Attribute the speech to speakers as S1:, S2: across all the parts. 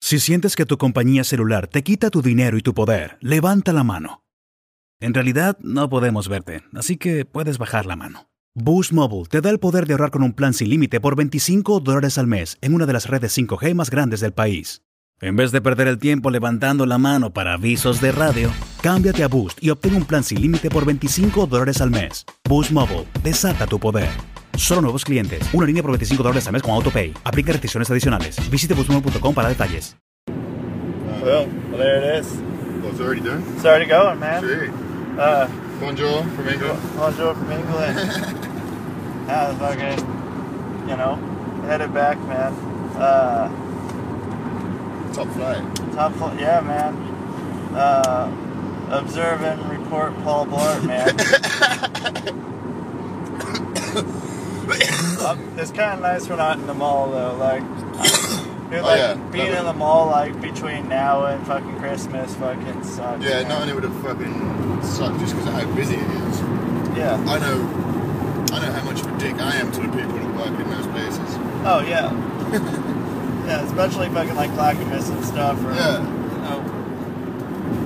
S1: Si sientes que tu compañía celular te quita tu dinero y tu poder, levanta la mano. En realidad, no podemos verte, así que puedes bajar la mano. Boost Mobile te da el poder de ahorrar con un plan sin límite por 25 dólares al mes en una de las redes 5G más grandes del país. En vez de perder el tiempo levantando la mano para avisos de radio, cámbiate a Boost y obtén un plan sin límite por 25 dólares al mes. Boost Mobile, desata tu poder. Solo nuevos clientes. Una línea por 25 dólares al mes con AutoPay. Aplica restricciones adicionales. Visite boostmobile.com para detalles.
S2: Well, well, there it is.
S3: Well, it's already done.
S2: It's already going, man.
S3: Sweet.
S2: Uh,
S3: Bonjour from England.
S2: bonjour from England. yeah, fucking, you know, headed back, man. Uh,
S3: Top flight.
S2: top, fl- yeah, man. Uh, observe and report Paul Blart, man. Um, it's kind of nice we're not in the mall though, like. Dude,
S3: Oh,
S2: like
S3: yeah,
S2: being
S3: definitely.
S2: in the mall like between now and fucking Christmas fucking sucks.
S3: Yeah,
S2: man.
S3: not only would have fucking sucked just because of how busy it is.
S2: Yeah.
S3: I know, I know how much of a dick I am to the people that work in those places.
S2: Oh yeah. yeah, especially fucking like Clackamas and stuff. Or, oh,
S3: Yeah.
S2: You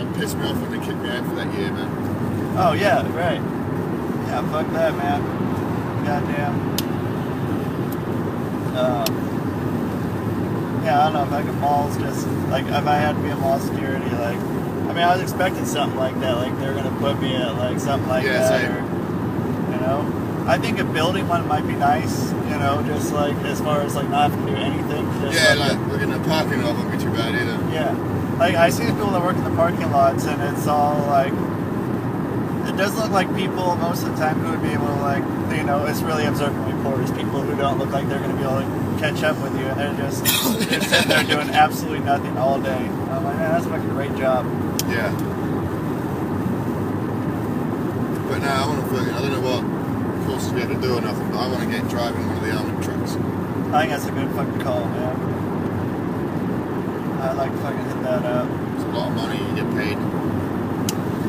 S2: know,
S3: That pissed me off when they kicked me out for that year, man.
S2: oh yeah, right. Yeah, fuck that, man. Goddamn. Uh, yeah, I don't know. Fucking malls just like if I had to be in mall security, like I mean, I was expecting something like that. Like they're gonna put me at like something like
S3: Yeah,
S2: that.
S3: same.
S2: Or, you know, I think a building one might be nice. You know, just like as far as like not having to do anything. Just,
S3: Yeah, like, look in the parking lot won't be too bad either.
S2: Yeah. Like I see the people that work in the parking lots and it's all like it does look like people most of the time who would be able to like you know, it's really observant reporters, people who don't look like they're gonna be able to catch up with you and they're just they're sitting there doing absolutely nothing all day. I'm like, man, that's a fucking great job.
S3: Yeah. But now I want to fucking, I don't know what courses we have to do or nothing, but I want to get driving one of the armored trucks.
S2: I think that's a good fucking call, man. I'd like to fucking hit that up.
S3: It's a lot of money, you get paid.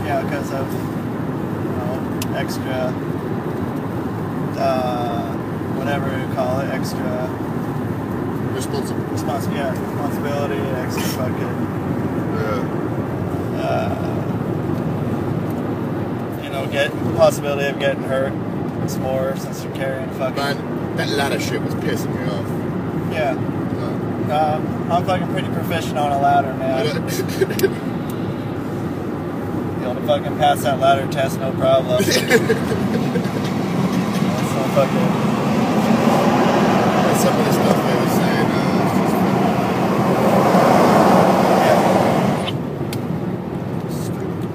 S2: Yeah, because of you know, extra, uh, whatever you call it, extra
S3: Responsible.
S2: respons- yeah, responsibility, extra fucking,
S3: Yeah.
S2: uh, you know, get possibility of getting hurt. It's more since you're carrying fucking.
S3: Man, that ladder shit was pissing me off.
S2: Yeah,
S3: Like,
S2: um, I'm fucking pretty proficient on a ladder, man.
S3: yeah,
S2: You'll fucking pass that ladder test, no problem. That's so fucking.
S3: some of the stuff they were saying. Uh,
S2: Yeah.
S3: it's just stupid.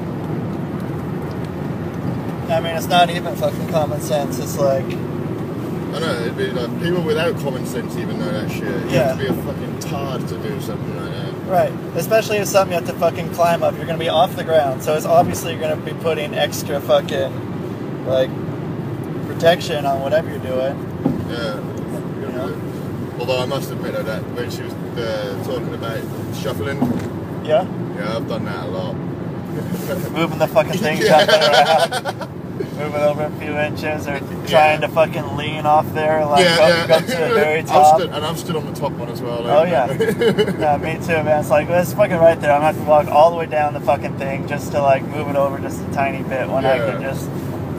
S2: I mean, it's not even fucking common sense. It's like,
S3: I know it'd be like people without common sense even know that shit. You
S2: Yeah.
S3: have to be a fucking tard to do something like that.
S2: right. Especially if something you have to fucking climb up. You're gonna be off the ground, so it's obviously you're gonna be putting extra fucking, like, protection on whatever you're doing.
S3: Yeah.
S2: You know?
S3: Although I must admit though, that when she was uh, talking about shuffling,
S2: Yeah?
S3: yeah, I've done that a lot.
S2: Moving the fucking thing, jumping around. Moving over a few inches or trying to fucking lean off there, like,
S3: yeah,
S2: go,
S3: yeah.
S2: go to the very
S3: I've
S2: top.
S3: stood- and I've stood on the top one as well.
S2: Oh,
S3: like,
S2: yeah. yeah, me too, man. It's like, it's fucking right there. I'm gonna have to walk all the way down the fucking thing just to like move it over just a tiny bit when I
S3: Yeah.
S2: can just.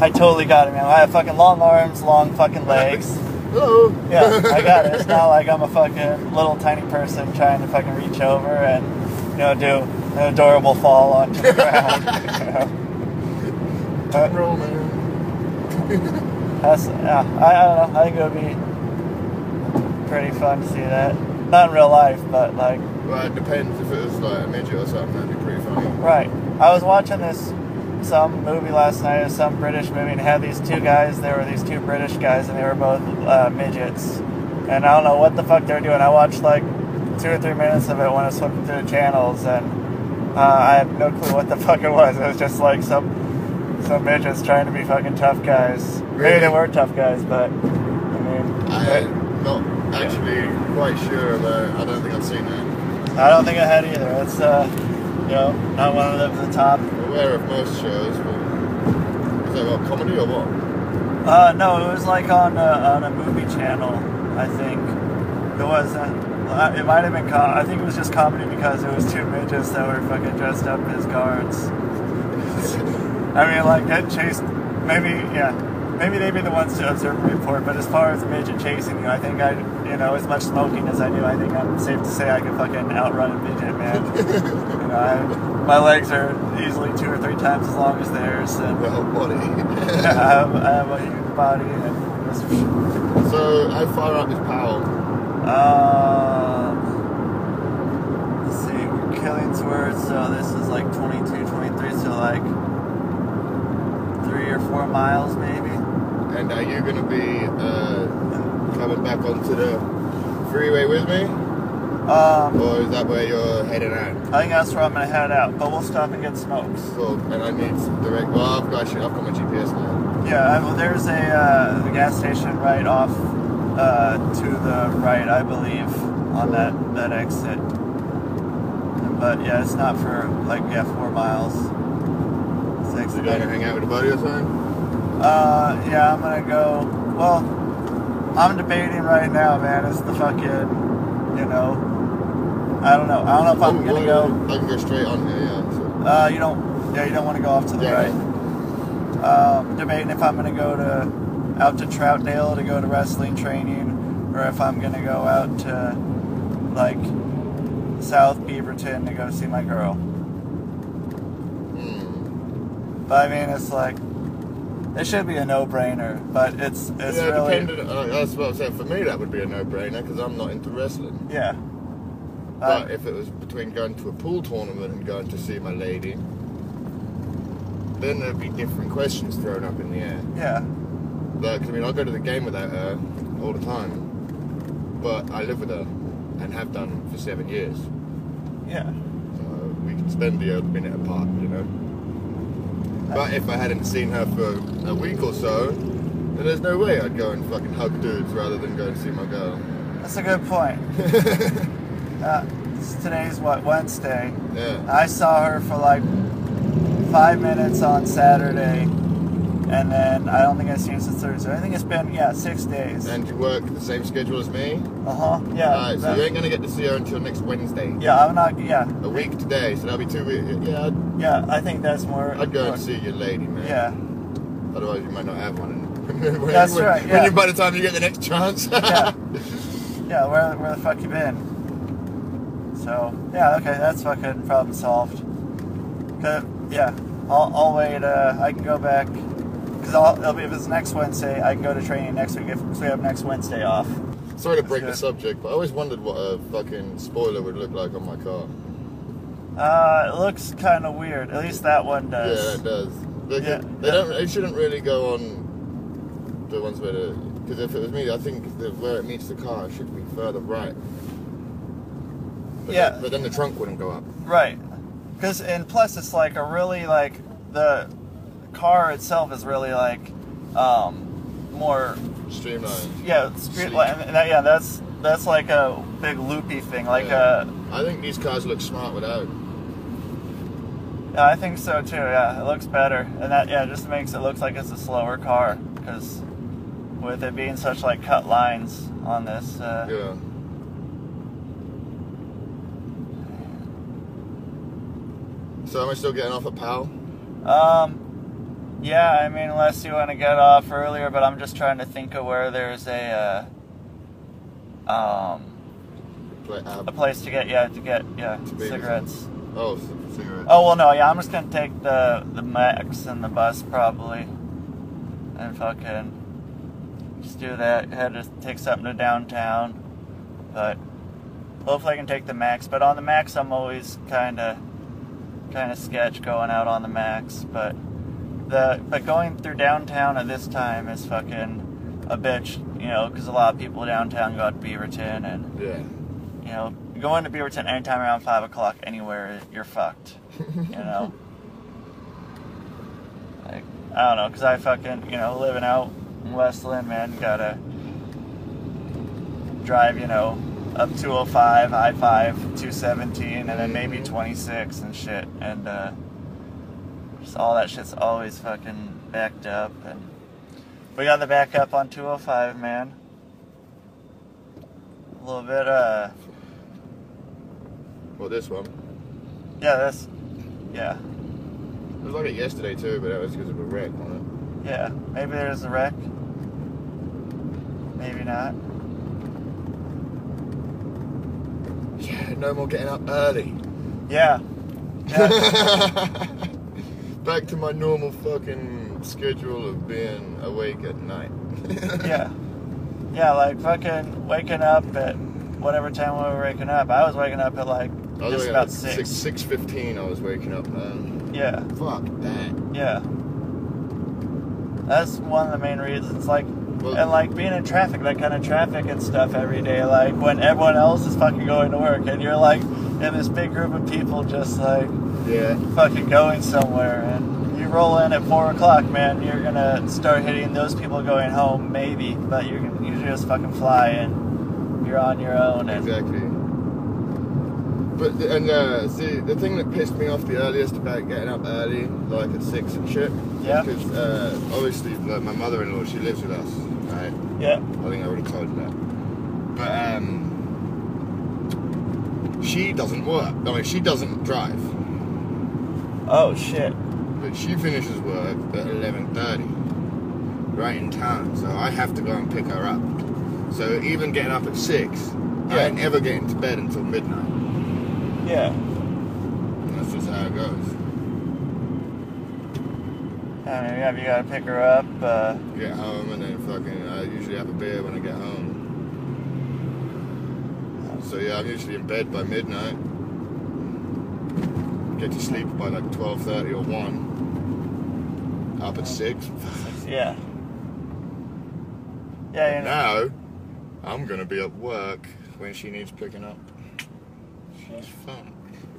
S2: I totally got it, man. I have fucking long arms, long fucking legs.
S3: oh.
S2: Yeah, I got it. It's not like I'm a fucking little tiny person trying to fucking reach over and, you know, do an adorable fall onto the ground. you know? But-
S3: Roll, man.
S2: that's yeah. I, I don't know. I think it would be pretty fun to see that. Not in real life, but like
S3: Well, it depends if it was like a midget or something. That'd be pretty funny.
S2: Right. I was watching this some movie last night, it was some British movie, and it had these two guys. There were these two British guys, and they were both uh, midgets. And I don't know what the fuck they were doing. I watched like two or three minutes of it when I was flipping through the channels, and uh, I have no clue what the fuck it was. It was just like some some bitches trying to be fucking tough guys. Maybe they
S3: Really?
S2: were tough guys, but I mean,
S3: I am not actually quite sure, though. I don't think I've seen it.
S2: I don't think I had either. It's uh, you know, not one of them at the top.
S3: I'm aware of most shows, but is that what comedy or what?
S2: Uh, no, it was like on a, on a movie channel, I think. It wasn't. Uh, It might have been. Com- I think it was just comedy because it was two midgets that were fucking dressed up as guards. I mean, like that chase. Maybe yeah. Maybe they'd be the ones to observe and report. But as far as a midget chasing you, I think I, you know, as much smoking as I do, I think I'm safe to say I could fucking outrun a midget, man. you know, I, my legs are easily two or three times as long as theirs, and
S3: Well, body.
S2: I have, I have a huge body and this,
S3: so, how far out is Powell?
S2: uh, let's see, we're Killingsworth, so this is like 22, 23, so like three or four miles maybe.
S3: And are you going to be uh, coming back onto the freeway with me?
S2: Um,
S3: Or is that where you're heading out?
S2: I think that's where I'm gonna head out, but we'll stop and get smokes.
S3: Well, and I need some direct. Well, I've got, actually, I've got my GPS now.
S2: Yeah, I, well, there's a, uh, gas station right off uh, to the right, I believe, on that, that exit. But yeah, it's not for like yeah four miles. Six.
S3: So, you going to hang out with a buddy or something?
S2: Uh, yeah, I'm gonna go. Well, I'm debating right now, man. It's the fucking, you know, I don't know. I don't know if I'm
S3: Oh,
S2: gonna
S3: well,
S2: go.
S3: I can go straight on here, yeah. So.
S2: Uh, you don't. Yeah, you don't want to go off to the
S3: Yeah.
S2: right. Um, debating if I'm gonna go to out to Troutdale to go to wrestling training, or if I'm gonna go out to like South Beaverton to go see my girl.
S3: Hmm.
S2: But I mean, it's like it should be a no-brainer, but it's it's
S3: yeah,
S2: really
S3: depending, uh, that's what I'm saying. For me, that would be a no-brainer because I'm not into wrestling.
S2: yeah. Uh,
S3: but if it was between going to a pool tournament and going to see my lady, then there'd be different questions thrown up in the air.
S2: yeah,
S3: Like, I mean, I go to the game without her all the time, but I live with her and have done for seven years.
S2: yeah,
S3: So we can spend the odd minute apart, you know. But if I hadn't seen her for a week or so, then there's no way I'd go and fucking hug dudes rather than go and see my girl.
S2: that's a good point. uh, it's- today's what Wednesday.
S3: Yeah.
S2: I saw her for like five minutes on Saturday, and then I don't think I've seen her since Thursday. I think it's been yeah six days. Uh
S3: And you work the same schedule as me?
S2: huh. Yeah.
S3: Alright, so
S2: that-
S3: you ain't gonna get to see her until next Wednesday.
S2: yeah, I'm not. Yeah,
S3: A week today, so that'll be two weeks. Yeah, I'd,
S2: yeah. I think that's more.
S3: I'd go and see your lady, man.
S2: Yeah.
S3: Otherwise, you might not have one. And when,
S2: That's
S3: when-
S2: right,
S3: when
S2: yeah.
S3: you- by the time you get the next chance.
S2: yeah. Yeah, where, where the fuck you been? So, yeah, okay, that's fucking problem solved. 'Cause, yeah, I'll, I'll wait, uh, I can go back. Because I'll, it'll be, if it's next Wednesday, I can go to training next week if so we have next Wednesday off.
S3: Sorry to break
S2: Yeah.
S3: the subject, but I always wondered what a fucking spoiler would look like on my car.
S2: Uh, it looks kind of weird. At least that one
S3: Yeah,
S2: does.
S3: it does. They,
S2: Yeah,
S3: they
S2: yeah.
S3: don't. It shouldn't really go on the ones where the. Because if it was me, I think that where it meets the car it should be further right. But
S2: Yeah.
S3: then- but then the trunk wouldn't go up.
S2: Right. Because, and plus, it's like a really, like, the car itself is really, like, um, more
S3: Streamlined.
S2: Yeah, street light. And that, yeah, that's that's like a big loopy thing. Like
S3: Yeah.
S2: uh
S3: I think these cars look smart without.
S2: yeah, I think so too. Yeah, it looks better, and that yeah just makes it look like it's a slower car because with it being such like cut lines on this. Uh,
S3: Yeah. So am I still getting off a pal?
S2: Um, yeah, I mean unless you want to get off earlier, but I'm just trying to think of where there's a uh, um
S3: Play, uh,
S2: a place to get yeah to get yeah
S3: Maybe.
S2: cigarettes.
S3: oh, c- cigarette.
S2: Oh well, no, yeah, I'm just gonna take the the max and the bus probably, and fucking just do that. Had to take something to downtown, but hopefully I can take the max. But on the max, I'm always kind of kind of sketch going out on the max. But the but going through downtown at this time is fucking a bitch, you know, because a lot of people downtown go out to Beaverton and
S3: Yeah.
S2: you know, going to Beaverton anytime around five o'clock anywhere, you're fucked. You know. like I don't know, cause I fucking you know living out in Westland, man, gotta drive you know up 205, I five, 217, and then maybe 26 and shit, and uh, just all that shit's always fucking backed up, and we got the backup on 205, man. A little bit uh.
S3: Well, this one.
S2: Yeah, that's. Yeah.
S3: It was like it yesterday too, but that was because of a wreck on
S2: Yeah. Maybe there's a wreck. Maybe not.
S3: it. Yeah, no more getting up early.
S2: Yeah. Yeah.
S3: Back to my normal fucking schedule of being awake at night.
S2: yeah. Yeah, like fucking waking up at whatever time we were waking up. I was waking up at like
S3: I was
S2: just
S3: waking up
S2: about
S3: at
S2: six.
S3: six six fifteen. I was waking up, man.
S2: Yeah.
S3: Fuck that.
S2: Yeah. That's one of the main reasons. Like,
S3: Well-
S2: and like being in traffic, that kind of traffic and stuff every day. Like when everyone else is fucking going to work, and you're like in this big group of people, just like
S3: Yeah.
S2: fucking going somewhere and you roll in at four o'clock, man, you're gonna start hitting those people going home, maybe, but you're gonna you just fucking fly and you're on your own and
S3: Exactly. But the- and uh, see, the thing that pissed me off the earliest about getting up early, like at six and shit,
S2: Yeah.
S3: because uh, obviously like, my mother-in-law, she lives with us, right?
S2: yeah,
S3: I think I already told you that. But um, she doesn't work. I mean, she doesn't drive,
S2: oh shit,
S3: but she finishes work at eleven thirty, right in time. So I have to go and pick her up. So even getting up at six,
S2: Yeah.
S3: I ain't ever getting to bed until midnight.
S2: yeah,
S3: And That's just how it goes.
S2: I mean, yeah, you gotta pick her up, uh,
S3: Get home and then fucking. I usually have a beer when I get home. So yeah, I'm usually in bed by midnight. Get to sleep by like twelve thirty or one. Up at six.
S2: yeah, yeah, you know,
S3: Now, I'm gonna be at work when she needs picking up. She's fun.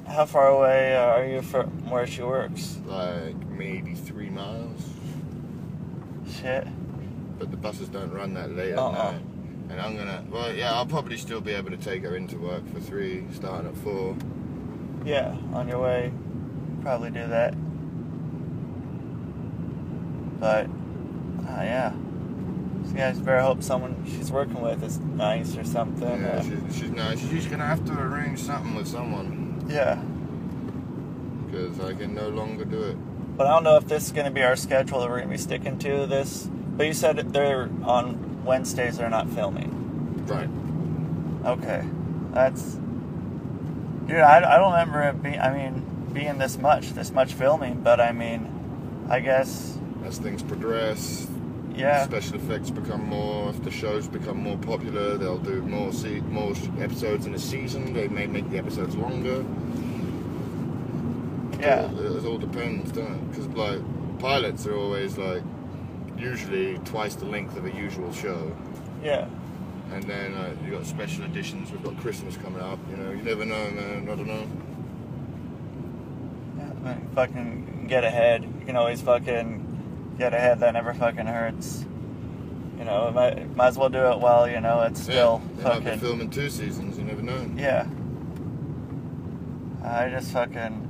S2: how far away are you from where she works?
S3: Like maybe three miles.
S2: Shit,
S3: but the buses don't run that late at
S2: Uh-uh.
S3: night. And I'm gonna, well, yeah, I'll probably still be able to take her into work for three, starting at four.
S2: yeah, on your way, probably do that, but. Oh yeah. So you guys better hope someone she's working with is nice or something.
S3: Yeah,
S2: uh,
S3: she's, she's nice. She's gonna have to arrange something with someone
S2: yeah.
S3: because I can no longer do it.
S2: But I don't know if this is going to be our schedule that we're going to be sticking to this. But you said that they're on Wednesdays. They're not filming.
S3: Right.
S2: Okay. That's. Dude, I, I don't remember it being. I mean, being this much, this much filming. But I mean, I guess.
S3: As things progress,
S2: Yeah.
S3: special effects become more. If the shows become more popular, they'll do more se- more sh- episodes in a season. They may make the episodes longer.
S2: Yeah.
S3: It, it all depends, doesn't it? Because like pilots are always like usually twice the length of a usual show,
S2: Yeah.
S3: and then uh, you got special editions. We've got Christmas coming up. You know, you never know, man. I don't know.
S2: yeah. I mean, fucking get ahead. You can always fucking get ahead. That never fucking hurts. You know, might, might as well do it while, you know, it's still
S3: yeah, they might be
S2: fucking.
S3: filming two seasons. You never know.
S2: Yeah. I just fucking.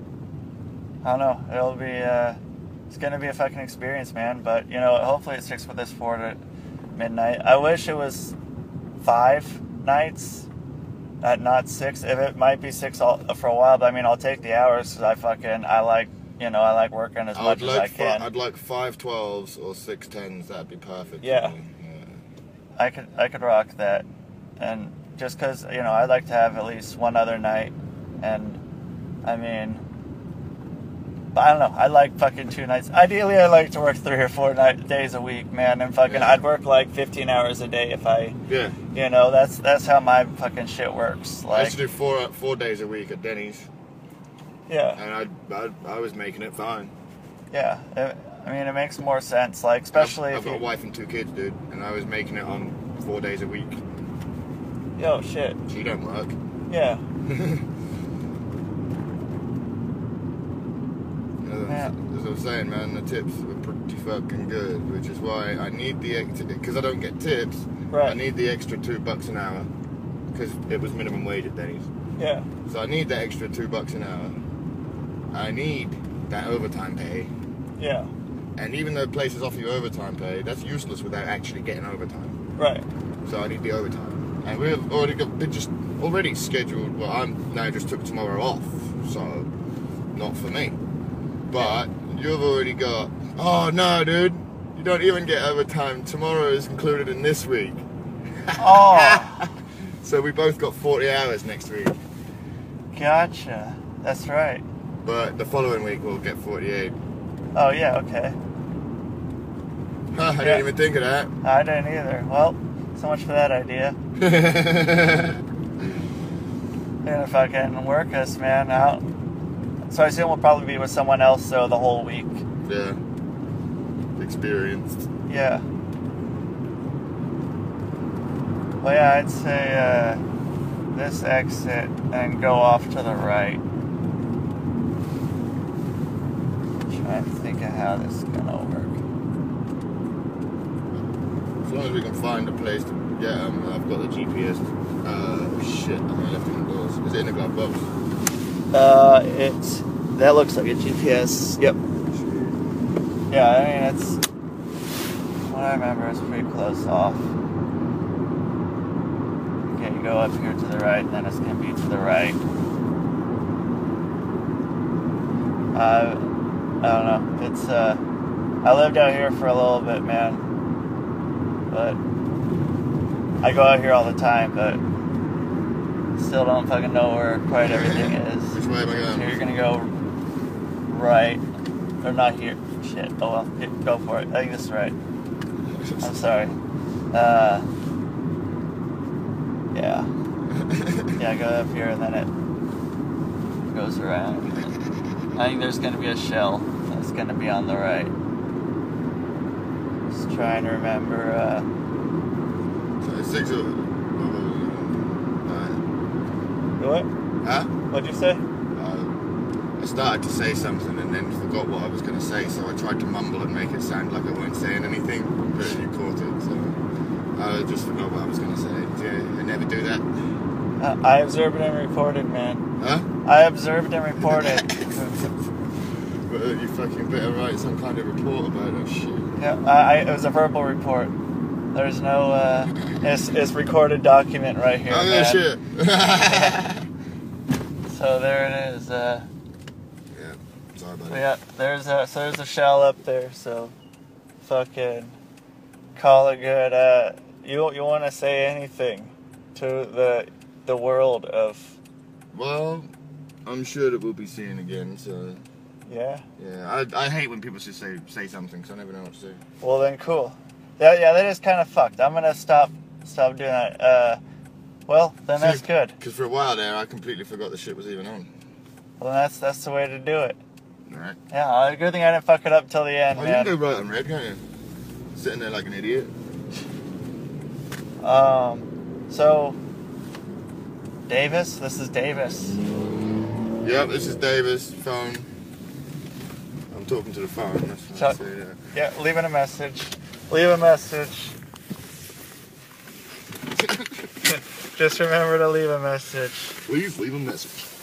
S2: I don't know. It'll be. Uh, it's gonna be a fucking experience, man. But you know, hopefully it sticks with this four to midnight. I wish it was five nights, at not six. If it might be six all, for a while, but I mean, I'll take the hours 'cause I fucking I like you know I like working as
S3: I
S2: much
S3: would
S2: as I
S3: like fi-
S2: can.
S3: I'd like five twelves or six tens. That'd be perfect. for
S2: Yeah.
S3: me. yeah.
S2: I could I could rock that, and just because you know I'd like to have at least one other night, and I mean, but I don't know. I like fucking two nights. Ideally, I like to work three or four night, days a week, man. And fucking,
S3: Yeah.
S2: I'd work like fifteen hours a day if I,
S3: Yeah.
S2: you know, that's that's how my fucking shit works.
S3: I used
S2: Like,
S3: to do four four days a week at Denny's,
S2: yeah,
S3: and I I, I was making it fine.
S2: yeah. It- I mean, it makes more sense. Like, especially
S3: I've, I've
S2: if
S3: got a
S2: you,
S3: wife and two kids, dude, and I was making it on four days a week.
S2: yo shit,
S3: She don't work.
S2: Yeah.
S3: As,
S2: Yeah.
S3: as I was saying, man, the tips were pretty fucking good, which is why I need the because I don't get tips. I
S2: Right.
S3: need the extra two bucks an hour because it was minimum wage at Denny's.
S2: Yeah.
S3: So I need that extra two bucks an hour. I need that overtime pay.
S2: Yeah.
S3: And even though places offer you overtime pay, that's useless without actually getting overtime.
S2: Right.
S3: So I need the overtime. And we've already got they just already scheduled. Well, I'm now just took tomorrow off, so not for me. But you've already got. Oh no, dude! You don't even get overtime. Tomorrow is included in this week.
S2: Oh,
S3: So we both got 40 hours next week.
S2: gotcha. That's right.
S3: But the following week we'll get 48.
S2: Oh yeah. Okay.
S3: Huh, I
S2: Yeah.
S3: didn't even think of that.
S2: I didn't either. Well, so much for that idea. And if I can work us, man, out. So I assume we'll probably be with someone else though the whole week.
S3: yeah. Experienced.
S2: Yeah. Well, yeah, I'd say uh, this exit and go off to the right. Trying to think of how this is gonna work.
S3: As long as we can find a place to get 'em, I've got the GPS. Uh, shit, I only left it in the doors. Is it in the glove box?
S2: Uh, it's that looks like a GPS. Yep. Yeah, I mean it's what I remember is pretty close off. Okay, you go up here to the right, and then it's gonna be to the right. Uh, I don't know. It's uh, I lived out here for a little bit, man. But I go out here all the time, but still don't fucking know where quite everything is.
S3: Which way am I going?
S2: So you're gonna go right, or not here? Shit. Oh well, yeah, go for it. I think this is right. I'm sorry. Uh, yeah. yeah, go up here and then it goes around. I think there's gonna be a shell that's gonna be on the right. Just trying to remember. Uh,
S3: So it's six of them.
S2: what?
S3: Huh?
S2: What'd you say?
S3: Uh, I started to say something and then forgot what I was going to say, so I tried to mumble and make it sound like I weren't saying anything, but you caught it, so I just forgot what I was going to say. Yeah, I never do that.
S2: Uh, I observed and reported, man.
S3: Huh?
S2: I observed and reported.
S3: Well, you fucking better write some kind of report about that shit.
S2: Yeah, I, I, it was a verbal report. There's no, uh, it's, it's recorded document right here.
S3: Oh, yeah,
S2: man.
S3: shit.
S2: So there it is. Uh,
S3: yeah, sorry, buddy.
S2: yeah, there's a, so there's a shell up there. So, fucking, call it good. Uh, you you want to say anything to the the world of
S3: Well, I'm sure that we'll be seeing again, so
S2: yeah?
S3: yeah. I, I hate when people just say, say something, because I never know what to say.
S2: Well then, cool. Yeah, yeah, that is kind of fucked. I'm gonna stop stop doing that. Uh, well then that's good.
S3: Because for a while there, I completely forgot the shit was even on.
S2: Well then that's that's the way to do it.
S3: Alright.
S2: Yeah, uh, good thing I didn't fuck it up till the end,
S3: Oh, you
S2: man.
S3: can go right on red, can't you? Sitting there like an idiot.
S2: Um, so Davis, this is Davis.
S3: Yep, this is Davis, phone. I'm talking to the phone, that's what I
S2: Chuck.
S3: say, yeah.
S2: Yeah, leaving a message. Leave a message. Just remember to leave a message.
S3: Please leave a message.